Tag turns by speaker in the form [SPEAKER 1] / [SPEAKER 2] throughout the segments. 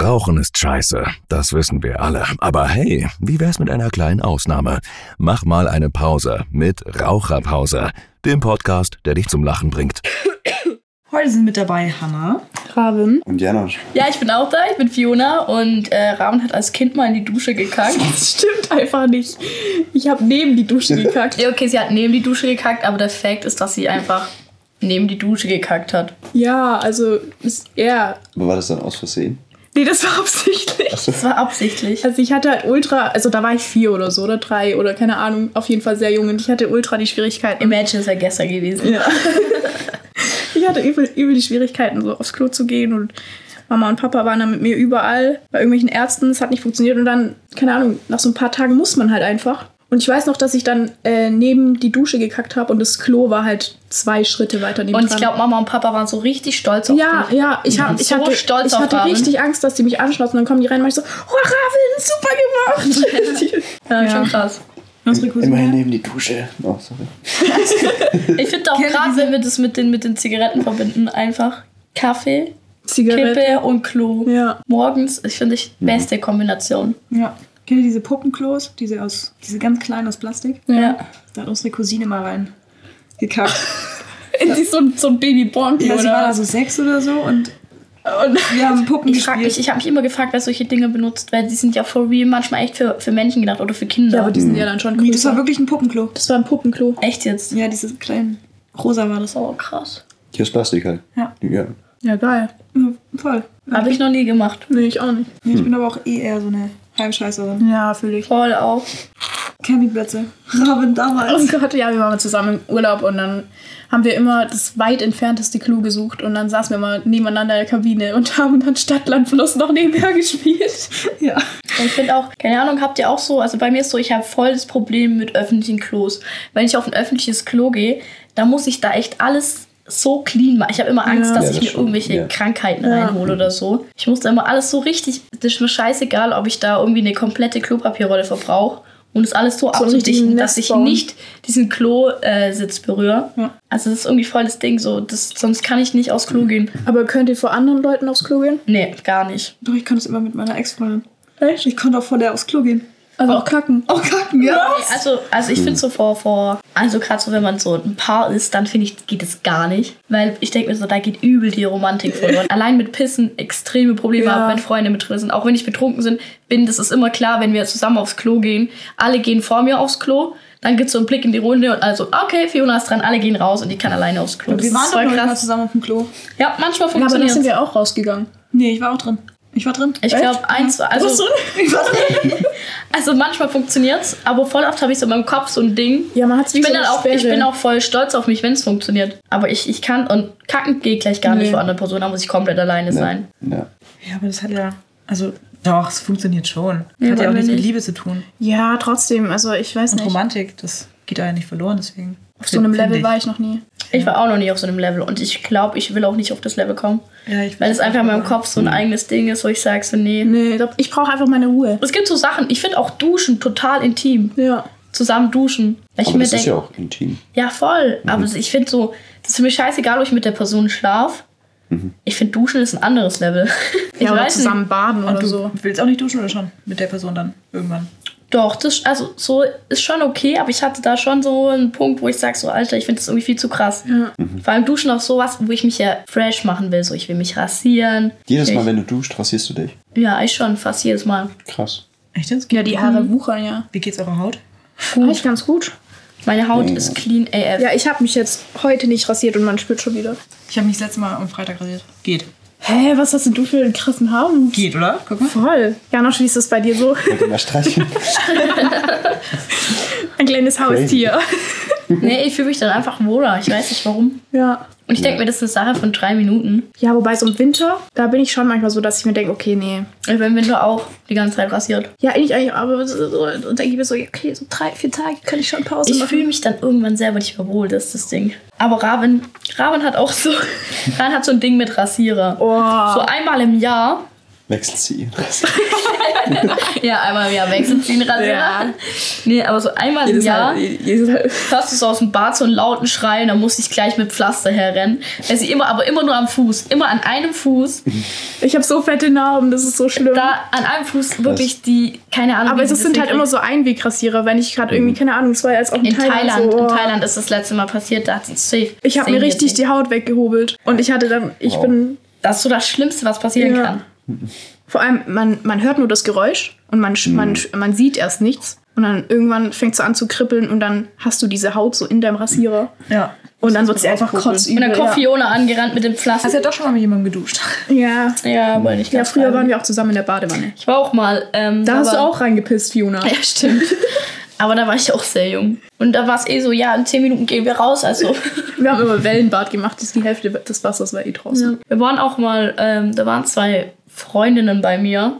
[SPEAKER 1] Rauchen ist scheiße, das wissen wir alle. Aber hey, wie wär's mit einer kleinen Ausnahme? Mach mal eine Pause mit Raucherpause, dem Podcast, der dich zum Lachen bringt.
[SPEAKER 2] Heute sind mit dabei Hanna.
[SPEAKER 3] Raven.
[SPEAKER 4] Und Janosch.
[SPEAKER 5] Ja, ich bin auch da, ich bin Fiona und äh, Rahmen hat als Kind mal in die Dusche gekackt.
[SPEAKER 3] Das stimmt einfach nicht. Ich habe neben die Dusche gekackt.
[SPEAKER 5] Ja, okay, sie hat neben die Dusche gekackt, aber der Fact ist, dass sie einfach neben die Dusche gekackt hat.
[SPEAKER 3] Ja, also ist er.
[SPEAKER 4] Aber war das dann aus Versehen?
[SPEAKER 3] Nee, das war absichtlich.
[SPEAKER 5] Das war absichtlich.
[SPEAKER 3] Also ich hatte halt ultra, also da war ich vier oder so oder drei oder keine Ahnung, auf jeden Fall sehr jung und ich hatte ultra die Schwierigkeiten.
[SPEAKER 5] Imagine, es wäre gestern gewesen.
[SPEAKER 3] Ja. ich hatte übel, übel die Schwierigkeiten, so aufs Klo zu gehen und Mama und Papa waren dann mit mir überall bei irgendwelchen Ärzten. Es hat nicht funktioniert und dann, keine Ahnung, nach so ein paar Tagen muss man halt einfach. Und ich weiß noch, dass ich dann äh, neben die Dusche gekackt habe und das Klo war halt zwei Schritte weiter neben
[SPEAKER 5] Und ich glaube, Mama und Papa waren so richtig stolz auf
[SPEAKER 3] ja,
[SPEAKER 5] dich.
[SPEAKER 3] ja, ich, hab,
[SPEAKER 5] waren
[SPEAKER 3] ich
[SPEAKER 5] so
[SPEAKER 3] hatte,
[SPEAKER 5] stolz
[SPEAKER 3] ich
[SPEAKER 5] auf
[SPEAKER 3] hatte
[SPEAKER 5] Raven.
[SPEAKER 3] richtig Angst, dass die mich anschlossen. Dann kommen die rein und ich so, oh, Raven, super gemacht.
[SPEAKER 5] Ja,
[SPEAKER 2] Ja.
[SPEAKER 5] schon krass.
[SPEAKER 2] Unsere Cousine.
[SPEAKER 4] Immerhin neben die Dusche. Oh, sorry.
[SPEAKER 5] Ich finde auch
[SPEAKER 2] Kennt ihr
[SPEAKER 5] gerade,
[SPEAKER 2] diese-
[SPEAKER 5] wenn wir das mit den, mit den Zigaretten verbinden, einfach Kaffee,
[SPEAKER 3] Zigarette.
[SPEAKER 5] Kippe und Klo.
[SPEAKER 3] Ja.
[SPEAKER 5] Morgens, ich finde ich beste Kombination.
[SPEAKER 2] Ja. Kennt ihr diese Puppenklos? Diese aus, diese ganz kleinen aus Plastik?
[SPEAKER 5] Ja.
[SPEAKER 2] Da hat unsere Cousine mal rein gekackt.
[SPEAKER 3] Sie ist so, ein- so ein Baby-Bonk,
[SPEAKER 2] Ja, sie war da
[SPEAKER 3] oder?
[SPEAKER 2] so sechs oder so und
[SPEAKER 3] Und
[SPEAKER 2] wir haben Puppen
[SPEAKER 5] Ich, frag
[SPEAKER 2] gespielt.
[SPEAKER 5] mich- ich habe mich immer gefragt, wer solche Dinge benutzt, weil die sind ja for real manchmal echt für, für Menschen gedacht oder für Kinder.
[SPEAKER 3] ja, aber die sind ja dann schon
[SPEAKER 2] nee, das war
[SPEAKER 3] größer.
[SPEAKER 2] wirklich ein Puppenklo.
[SPEAKER 3] Das war ein Puppenklo.
[SPEAKER 5] echt jetzt?
[SPEAKER 2] Ja, dieses kleine rosa war das.
[SPEAKER 5] Oh, krass.
[SPEAKER 4] Hier ist Plastik halt.
[SPEAKER 2] Ja.
[SPEAKER 4] Ja.
[SPEAKER 3] Ja, geil.
[SPEAKER 2] Ja, voll.
[SPEAKER 5] Habe ich noch nie gemacht.
[SPEAKER 3] Nee, ich auch nicht.
[SPEAKER 2] Nee, ich bin aber auch eh eher so eine Heimscheißerin.
[SPEAKER 3] Ja, fühle ich.
[SPEAKER 5] Voll auch.
[SPEAKER 2] Campingplätze. Raben
[SPEAKER 3] Oh
[SPEAKER 2] damals.
[SPEAKER 3] Gott, ja, wir waren zusammen im Urlaub und dann haben wir immer das weit entfernteste Klo gesucht und dann saßen wir mal nebeneinander in der Kabine und haben dann Stadtlandfluss noch nebenher gespielt.
[SPEAKER 2] Ja.
[SPEAKER 5] Und ich finde auch, keine Ahnung, habt ihr auch so, also bei mir ist so, ich habe voll das Problem mit öffentlichen Klos. Wenn ich auf ein öffentliches Klo gehe, dann muss ich da echt alles so clean machen. Ich habe immer Angst,
[SPEAKER 3] Ja.
[SPEAKER 5] dass
[SPEAKER 4] Ja,
[SPEAKER 5] ich
[SPEAKER 4] das
[SPEAKER 5] mir
[SPEAKER 4] schon.
[SPEAKER 5] irgendwelche
[SPEAKER 4] Ja.
[SPEAKER 5] Krankheiten
[SPEAKER 3] Ja.
[SPEAKER 5] reinhole oder so. Ich muss da immer alles so richtig, das ist mir scheißegal, ob ich da irgendwie eine komplette Klopapierrolle verbrauche. Und es alles so,
[SPEAKER 3] einen
[SPEAKER 5] abzudichten,
[SPEAKER 3] richtigen
[SPEAKER 5] dass ich
[SPEAKER 3] Nestbaum.
[SPEAKER 5] nicht diesen Klo-Sitz berühre. Also das ist irgendwie voll das Ding, so, das, sonst kann ich nicht aufs Klo gehen.
[SPEAKER 3] Aber könnt ihr vor anderen Leuten aufs Klo gehen?
[SPEAKER 5] Nee, gar nicht.
[SPEAKER 2] Doch, ich konnte es immer mit meiner Ex-Freundin.
[SPEAKER 3] Echt?
[SPEAKER 2] Ich konnte auch vor der aufs Klo gehen.
[SPEAKER 3] Also auch kacken.
[SPEAKER 2] Auch kacken, ja.
[SPEAKER 5] Nee, Also, also ich finde so vor, vor also gerade so, wenn man so ein Paar ist, dann finde ich, geht es gar nicht. Weil ich denke mir so, da geht übel die Romantik verloren. Allein mit Pissen extreme Probleme
[SPEAKER 3] Ja.
[SPEAKER 5] habe, wenn Freunde mit drin sind. Auch wenn ich betrunken sind, bin, das ist immer klar, wenn wir zusammen aufs Klo gehen. Alle gehen vor mir aufs Klo. Dann gibt es so einen Blick in die Runde und also, okay, Fiona ist dran, alle gehen raus und die kann alleine aufs Klo.
[SPEAKER 2] Und wir
[SPEAKER 5] Das
[SPEAKER 2] waren
[SPEAKER 5] ist
[SPEAKER 2] doch
[SPEAKER 5] voll
[SPEAKER 2] noch mal
[SPEAKER 5] krass.
[SPEAKER 2] zusammen auf dem Klo.
[SPEAKER 5] Ja, manchmal
[SPEAKER 3] Ja, aber da
[SPEAKER 5] funktioniert
[SPEAKER 3] sind wir auch rausgegangen.
[SPEAKER 2] Nee, ich war auch drin. Ich war drin.
[SPEAKER 5] Ich glaube, eins, also,
[SPEAKER 2] Ich war drin.
[SPEAKER 5] also manchmal funktioniert's, aber voll oft habe ich so in meinem Kopf so ein Ding,
[SPEAKER 3] Ja, man hat
[SPEAKER 5] Ich bin, dann auch, ich bin auch voll stolz auf mich, wenn es funktioniert. Aber ich, ich kann und kacken geht gleich gar nicht
[SPEAKER 3] Nee.
[SPEAKER 5] vor anderen Personen. Da muss ich komplett alleine sein.
[SPEAKER 4] Ja.
[SPEAKER 2] Ja, aber das hat ja. Also, doch, es funktioniert schon.
[SPEAKER 5] Ja,
[SPEAKER 2] hat ja auch
[SPEAKER 5] wollen wir
[SPEAKER 2] nichts mit
[SPEAKER 5] nicht.
[SPEAKER 2] Liebe zu tun.
[SPEAKER 3] Ja, trotzdem. Also ich weiß
[SPEAKER 2] Und
[SPEAKER 3] nicht.
[SPEAKER 2] Romantik, das geht da ja nicht verloren, deswegen.
[SPEAKER 3] Auf so einem Level war ich noch nie.
[SPEAKER 5] Ich war auch noch nicht auf so einem Level und ich glaube, ich will auch nicht auf das Level kommen.
[SPEAKER 2] Ja, ich
[SPEAKER 5] Weil es einfach in meinem Kopf so ein eigenes Ding ist, wo ich sage so, nee.
[SPEAKER 3] Nee, ich glaub, ich brauche einfach meine Ruhe.
[SPEAKER 5] Es gibt so Sachen, ich finde auch Duschen total intim.
[SPEAKER 3] Ja.
[SPEAKER 5] Zusammen duschen. Weil ich
[SPEAKER 4] Aber
[SPEAKER 5] mir
[SPEAKER 4] das ist
[SPEAKER 5] denke,
[SPEAKER 4] ja
[SPEAKER 5] ja,
[SPEAKER 4] auch Mhm. intim.
[SPEAKER 5] voll. Aber ich finde so, das ist für mich scheißegal, ob ich mit der Person schlaf.
[SPEAKER 4] Mhm.
[SPEAKER 5] Ich finde Duschen ist ein anderes Level. Ich
[SPEAKER 3] ja, oder
[SPEAKER 5] weiß nicht.
[SPEAKER 3] zusammen baden
[SPEAKER 2] Und
[SPEAKER 3] oder
[SPEAKER 2] du
[SPEAKER 3] so.
[SPEAKER 2] willst auch nicht duschen oder schon? Mit der Person dann irgendwann.
[SPEAKER 5] Doch, das, also so ist schon okay, aber ich hatte da schon so einen Punkt, wo ich sage, so Alter, ich finde das irgendwie viel zu krass.
[SPEAKER 4] Mhm.
[SPEAKER 5] Vor allem Duschen auch sowas, wo ich mich ja fresh machen will, so ich will mich rasieren.
[SPEAKER 4] Jedes
[SPEAKER 5] ich,
[SPEAKER 4] Mal, wenn du duscht, rasierst du dich.
[SPEAKER 5] Ja, ich schon, fast jedes Mal.
[SPEAKER 4] Krass.
[SPEAKER 2] Echt jetzt?
[SPEAKER 3] Ja, die Haare wuchern ja.
[SPEAKER 2] Wie geht's eurer Haut?
[SPEAKER 3] Eigentlich Mhm. ganz gut.
[SPEAKER 5] Meine Haut ist clean AF.
[SPEAKER 3] Ah, Ja, ich habe mich jetzt heute nicht rasiert und man spürt schon wieder.
[SPEAKER 2] Ich habe mich das letzte Mal am Freitag rasiert. Geht.
[SPEAKER 3] Hä, was hast denn du für einen krassen Haaren?
[SPEAKER 2] Geht, oder? Guck mal.
[SPEAKER 3] Voll. Janosch, wie ist das bei dir so?
[SPEAKER 4] Mit dem Streichen.
[SPEAKER 3] Ein kleines Haustier.
[SPEAKER 5] Nee, ich fühle mich dann einfach wohler, ich weiß nicht warum.
[SPEAKER 3] Ja.
[SPEAKER 5] Und ich denke mir, das ist eine Sache von drei Minuten.
[SPEAKER 3] Ja, wobei so im Winter, da bin ich schon manchmal so, dass ich mir denke, okay, nee.
[SPEAKER 5] Ich bin Winter auch die ganze Zeit rasiert.
[SPEAKER 3] Ja, eigentlich, eigentlich aber so, so, dann denke ich mir so, ja, okay, so drei, vier Tage kann ich schon Pause
[SPEAKER 5] Ich
[SPEAKER 3] machen.
[SPEAKER 5] fühle mich dann irgendwann selber nicht mehr wohl, das ist das Ding. Aber Raven, Raven hat auch so, Raven hat so ein Ding mit Rasierer.
[SPEAKER 3] Oh.
[SPEAKER 5] So einmal im Jahr
[SPEAKER 4] Wechseln Sie ihn.
[SPEAKER 5] Ja, einmal im Jahr wechseln sie den Rasierer.
[SPEAKER 3] Ja.
[SPEAKER 5] Nee, aber so einmal im
[SPEAKER 3] Jedes
[SPEAKER 5] Jahr
[SPEAKER 3] Mal, jedes Mal.
[SPEAKER 5] hörst du so aus dem Bad so einen lauten Schrei und dann muss ich gleich mit Pflaster herrennen. Also immer, aber immer nur am Fuß. Immer an einem Fuß.
[SPEAKER 3] Mhm. Ich habe so fette Narben, das ist so schlimm.
[SPEAKER 5] Da Mhm, an einem Fuß wirklich die, keine Ahnung.
[SPEAKER 3] aber
[SPEAKER 5] wie
[SPEAKER 3] es
[SPEAKER 5] sie das
[SPEAKER 3] sind halt immer
[SPEAKER 5] hinkriegt.
[SPEAKER 3] so Einwegrasierer, wenn ich gerade irgendwie, keine Ahnung, es war ja jetzt auch in,
[SPEAKER 5] In Thailand,
[SPEAKER 3] so,
[SPEAKER 5] in
[SPEAKER 3] oh.
[SPEAKER 5] Thailand ist das letzte Mal passiert, da hat sie safe.
[SPEAKER 3] Ich habe mir
[SPEAKER 5] zehn
[SPEAKER 3] richtig
[SPEAKER 5] Jährchen.
[SPEAKER 3] die Haut weggehobelt. Und ich hatte dann, ich
[SPEAKER 4] Wow.
[SPEAKER 3] bin,
[SPEAKER 5] Das ist so das Schlimmste, was passieren
[SPEAKER 3] Ja.
[SPEAKER 5] kann.
[SPEAKER 3] vor allem, man, man hört nur das Geräusch und man, sch- man, sch- man sieht erst nichts. Und dann irgendwann fängt es an zu kribbeln und dann hast du diese Haut so in deinem Rasierer.
[SPEAKER 2] Ja.
[SPEAKER 3] Und dann wird sie einfach
[SPEAKER 5] Und
[SPEAKER 3] kotzübel.
[SPEAKER 5] dann kommt
[SPEAKER 3] ja.
[SPEAKER 5] Fiona angerannt mit dem Pflaster.
[SPEAKER 2] Hast ja doch schon mal mit jemandem geduscht.
[SPEAKER 3] ja.
[SPEAKER 5] Ja, aber nicht
[SPEAKER 3] Ja,
[SPEAKER 5] ganz
[SPEAKER 3] früher
[SPEAKER 5] freiwillig.
[SPEAKER 3] waren wir auch zusammen in der Badewanne.
[SPEAKER 5] Ich war auch mal. Ähm,
[SPEAKER 3] Da hast du
[SPEAKER 5] aber-
[SPEAKER 3] auch reingepisst, Fiona.
[SPEAKER 5] Ja, stimmt. aber da war ich auch sehr jung. Und da war es eh so, ja, in 10 Minuten gehen wir raus. Also,
[SPEAKER 3] Wir haben immer Wellenbad gemacht, die Hälfte des Wassers war eh draußen.
[SPEAKER 5] wir waren auch mal, ähm, da waren zwei Freundinnen bei mir.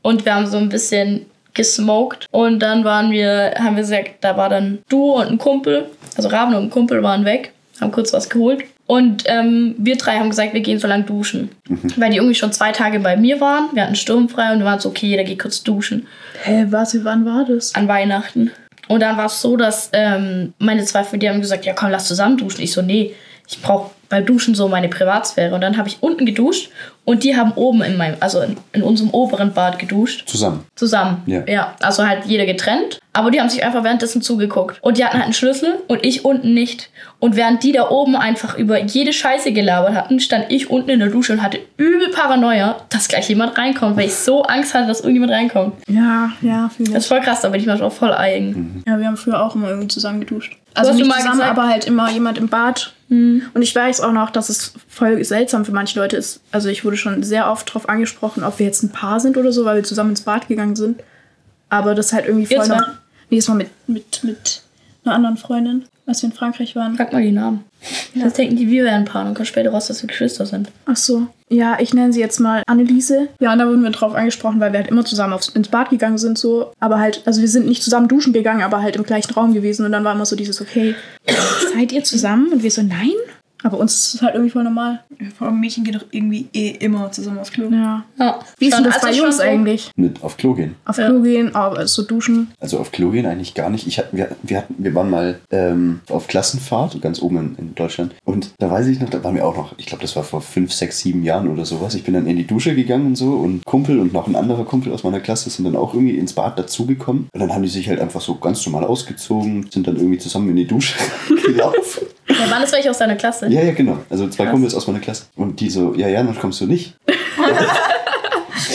[SPEAKER 5] Und wir haben so ein bisschen gesmoked. Und dann waren wir, haben wir gesagt, da war dann du und ein Kumpel, also Raben und ein Kumpel waren weg, haben kurz was geholt. Und ähm, wir drei haben gesagt, wir gehen so lang duschen. Weil die irgendwie schon zwei Tage bei mir waren. Wir hatten sturmfrei und wir waren so, okay, jeder geht kurz duschen.
[SPEAKER 3] Hä, warte, wann war das?
[SPEAKER 5] an Weihnachten. Und dann war es so, dass ähm, meine zwei Freunde die haben gesagt, ja komm, lass zusammen duschen. Ich so, nee, ich brauche beim Duschen so meine Privatsphäre. Und dann habe ich unten geduscht und die haben oben in meinem, also in, in unserem oberen Bad geduscht.
[SPEAKER 4] Zusammen.
[SPEAKER 5] Zusammen.
[SPEAKER 4] Ja.
[SPEAKER 5] ja. Also halt jeder getrennt. Aber die haben sich einfach währenddessen zugeguckt. Und die hatten halt einen Schlüssel und ich unten nicht. Und während die da oben einfach über jede Scheiße gelabert hatten, stand ich unten in der Dusche und hatte übel Paranoia, dass gleich jemand reinkommt, weil ich so Angst hatte, dass irgendjemand reinkommt.
[SPEAKER 3] Ja, ja,
[SPEAKER 5] Das
[SPEAKER 3] vielleicht.
[SPEAKER 5] ist voll krass, da bin ich manchmal auch voll eigen.
[SPEAKER 3] Ja, wir haben früher auch immer irgendwie zusammen geduscht.
[SPEAKER 5] hast
[SPEAKER 3] Also
[SPEAKER 5] du
[SPEAKER 3] nicht
[SPEAKER 5] mal
[SPEAKER 3] zusammen,
[SPEAKER 5] gesagt-
[SPEAKER 3] aber halt immer Hm. jemand im Bad. Und ich weiß auch noch, dass es voll seltsam für manche Leute ist. Also ich wurde schon sehr oft darauf angesprochen, ob wir jetzt ein Paar sind oder so, weil wir zusammen ins Bad gegangen sind. Aber das halt irgendwie
[SPEAKER 5] Ihr
[SPEAKER 3] voll
[SPEAKER 5] zwei?
[SPEAKER 3] noch... Nee, das war mit, mit, mit einer anderen Freundin, als wir in Frankreich waren.
[SPEAKER 5] Frag mal die Namen. Sonst denken die, wir wären ein Paar und kommt später raus, dass wir Geschwister sind.
[SPEAKER 3] Ach so. Ja, ich nenne sie jetzt mal Anneliese. Ja, und da wurden wir drauf angesprochen, weil wir halt immer zusammen aufs, ins Bad gegangen sind, so. Aber halt, also wir sind nicht zusammen duschen gegangen, aber halt im gleichen Raum gewesen. Und dann war immer so dieses, okay, seid ihr zusammen? Und wir so, nein. Aber uns ist es halt irgendwie voll normal.
[SPEAKER 2] Vor allem Mädchen geht doch irgendwie eh immer zusammen aufs Klo.
[SPEAKER 3] Ja.
[SPEAKER 5] Ja.
[SPEAKER 3] Wie ist denn das
[SPEAKER 5] Also
[SPEAKER 3] bei
[SPEAKER 5] schon
[SPEAKER 3] Jungs
[SPEAKER 5] so-
[SPEAKER 3] eigentlich?
[SPEAKER 4] Mit auf Klo gehen.
[SPEAKER 3] Auf Klo gehen, aber so duschen.
[SPEAKER 4] Also auf Klo gehen eigentlich gar nicht. Ich hab, wir, wir, hatten, wir waren mal ähm, auf Klassenfahrt, ganz oben in, in Deutschland. Und da weiß ich noch, da waren wir auch noch, ich glaube, das war vor fünf, sechs, sieben Jahren oder sowas. Ich bin dann in die Dusche gegangen und so und Kumpel und noch ein anderer Kumpel aus meiner Klasse sind dann auch irgendwie ins Bad dazugekommen. Und dann haben die sich halt einfach so ganz normal ausgezogen, sind dann irgendwie zusammen in die Dusche gelaufen.
[SPEAKER 5] Ja, waren das welche aus deiner Klasse?
[SPEAKER 4] Ja, ja, genau. Also zwei Kumpels aus meiner Klasse. Und die so, ja, ja, dann kommst du nicht.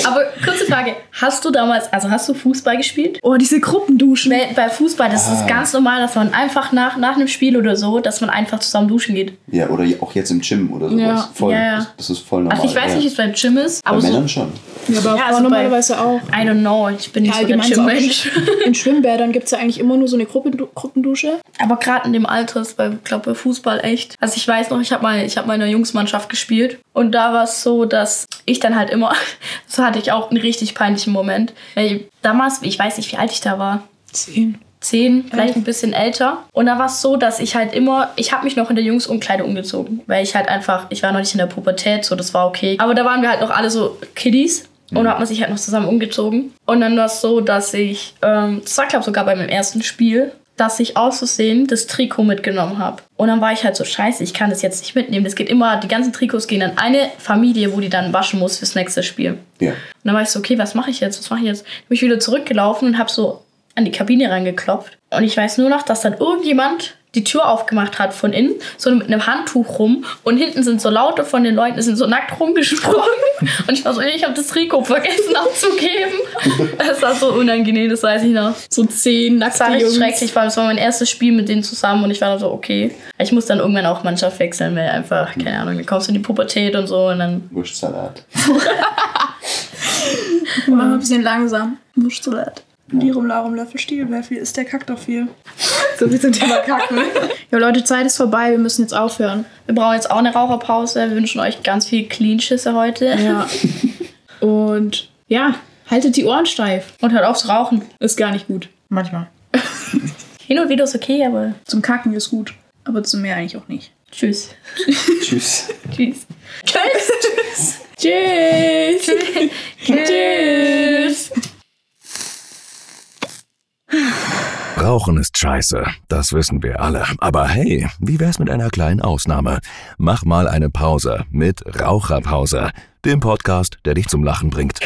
[SPEAKER 5] Aber kurze Frage: Hast du damals, also hast du Fußball gespielt?
[SPEAKER 3] Oh, diese Gruppenduschen.
[SPEAKER 5] Bei, bei Fußball, das
[SPEAKER 4] Ah.
[SPEAKER 5] ist ganz normal, dass man einfach nach, nach einem Spiel oder so, dass man einfach zusammen duschen geht.
[SPEAKER 4] Ja, oder auch jetzt im Gym oder sowas.
[SPEAKER 3] Ja,
[SPEAKER 4] voll.
[SPEAKER 5] ja, ja.
[SPEAKER 4] Das, das ist voll normal.
[SPEAKER 5] Also ich weiß
[SPEAKER 4] ja.
[SPEAKER 5] nicht, wie es beim Gym ist,
[SPEAKER 4] Bei
[SPEAKER 5] aber so.
[SPEAKER 4] Männern schon.
[SPEAKER 3] Ja, aber
[SPEAKER 5] Ja, also bei-
[SPEAKER 3] normalerweise auch.
[SPEAKER 5] I don't know, ich bin nicht so der
[SPEAKER 3] Allgemein so auch in,
[SPEAKER 5] Gym-Mensch.
[SPEAKER 3] in Schwimmbädern gibt es ja eigentlich immer nur so eine Gruppendu Gruppendusche.
[SPEAKER 5] Aber gerade in dem Alter ist bei, glaub, bei Fußball echt. Also ich weiß noch, ich habe mal, ich habe mal in einer Jungsmannschaft gespielt und da war es so, dass ich dann halt immer, so hatte ich auch einen richtig peinlichen Moment. Ey, damals, ich weiß nicht, wie alt ich da war.
[SPEAKER 3] Zehn.
[SPEAKER 5] Zehn, vielleicht ein bisschen älter. Und da war es so, dass ich halt immer, ich habe mich noch in der Jungsumkleide umgezogen, weil ich halt einfach, ich war noch nicht in der Pubertät, so das war okay. Aber da waren wir halt noch alle so Kiddies. Und da hat man sich halt noch zusammen umgezogen. Und dann war es so, dass ich, ähm, das war glaube sogar bei meinem ersten Spiel, dass ich aus Versehen das Trikot mitgenommen habe. Und dann war ich halt so, scheiße, ich kann das jetzt nicht mitnehmen. Das geht immer, die ganzen Trikots gehen an eine Familie, wo die dann waschen muss fürs nächste Spiel.
[SPEAKER 4] Ja.
[SPEAKER 5] Und dann war ich so, okay, was mache ich jetzt? Was mache ich jetzt? Bin ich wieder zurückgelaufen und habe so an die Kabine reingeklopft. Und ich weiß nur noch, dass dann irgendjemand die Tür aufgemacht hat von innen, so mit einem Handtuch rum. Und hinten sind so Laute von den Leuten, die sind so nackt rumgesprungen. Und ich war so, ich habe das Trikot vergessen abzugeben. Das war so unangenehm, das weiß ich noch.
[SPEAKER 3] So zehn
[SPEAKER 5] Das
[SPEAKER 3] nackte
[SPEAKER 5] war richtig
[SPEAKER 3] Jungs.
[SPEAKER 5] schrecklich, weil es war mein erstes Spiel mit denen zusammen und ich war dann so, okay. Ich muss dann irgendwann auch Mannschaft wechseln, weil einfach, keine Ahnung, dann kommst du in die Pubertät und so und dann
[SPEAKER 4] Wurstsalat.
[SPEAKER 3] Mach mal ein bisschen langsam. Musst du das?
[SPEAKER 2] Lirum, Larum, Löffel, Stiel, wer viel ist, der kackt doch viel.
[SPEAKER 3] So wie zum Thema Kacken. ja, Leute, Zeit ist vorbei. Wir müssen jetzt aufhören.
[SPEAKER 5] Wir brauchen jetzt auch eine Raucherpause. Wir wünschen euch ganz viel Clean-Schüsse heute.
[SPEAKER 3] Ja. Und ja, haltet die Ohren steif.
[SPEAKER 5] Und hört auf zu rauchen.
[SPEAKER 3] Ist gar nicht gut.
[SPEAKER 2] Manchmal.
[SPEAKER 5] Hin und wieder ist okay, aber
[SPEAKER 3] Zum Kacken ist gut. Aber zu mehr eigentlich auch nicht.
[SPEAKER 5] tschüss.
[SPEAKER 4] Tschüss.
[SPEAKER 5] Tschüss.
[SPEAKER 3] Tschüss.
[SPEAKER 5] Tschüss. Tschüss.
[SPEAKER 1] Rauchen ist scheiße, das wissen wir alle. Aber hey, wie wär's mit einer kleinen Ausnahme? Mach mal eine Pause mit Raucherpause, dem Podcast, der dich zum Lachen bringt.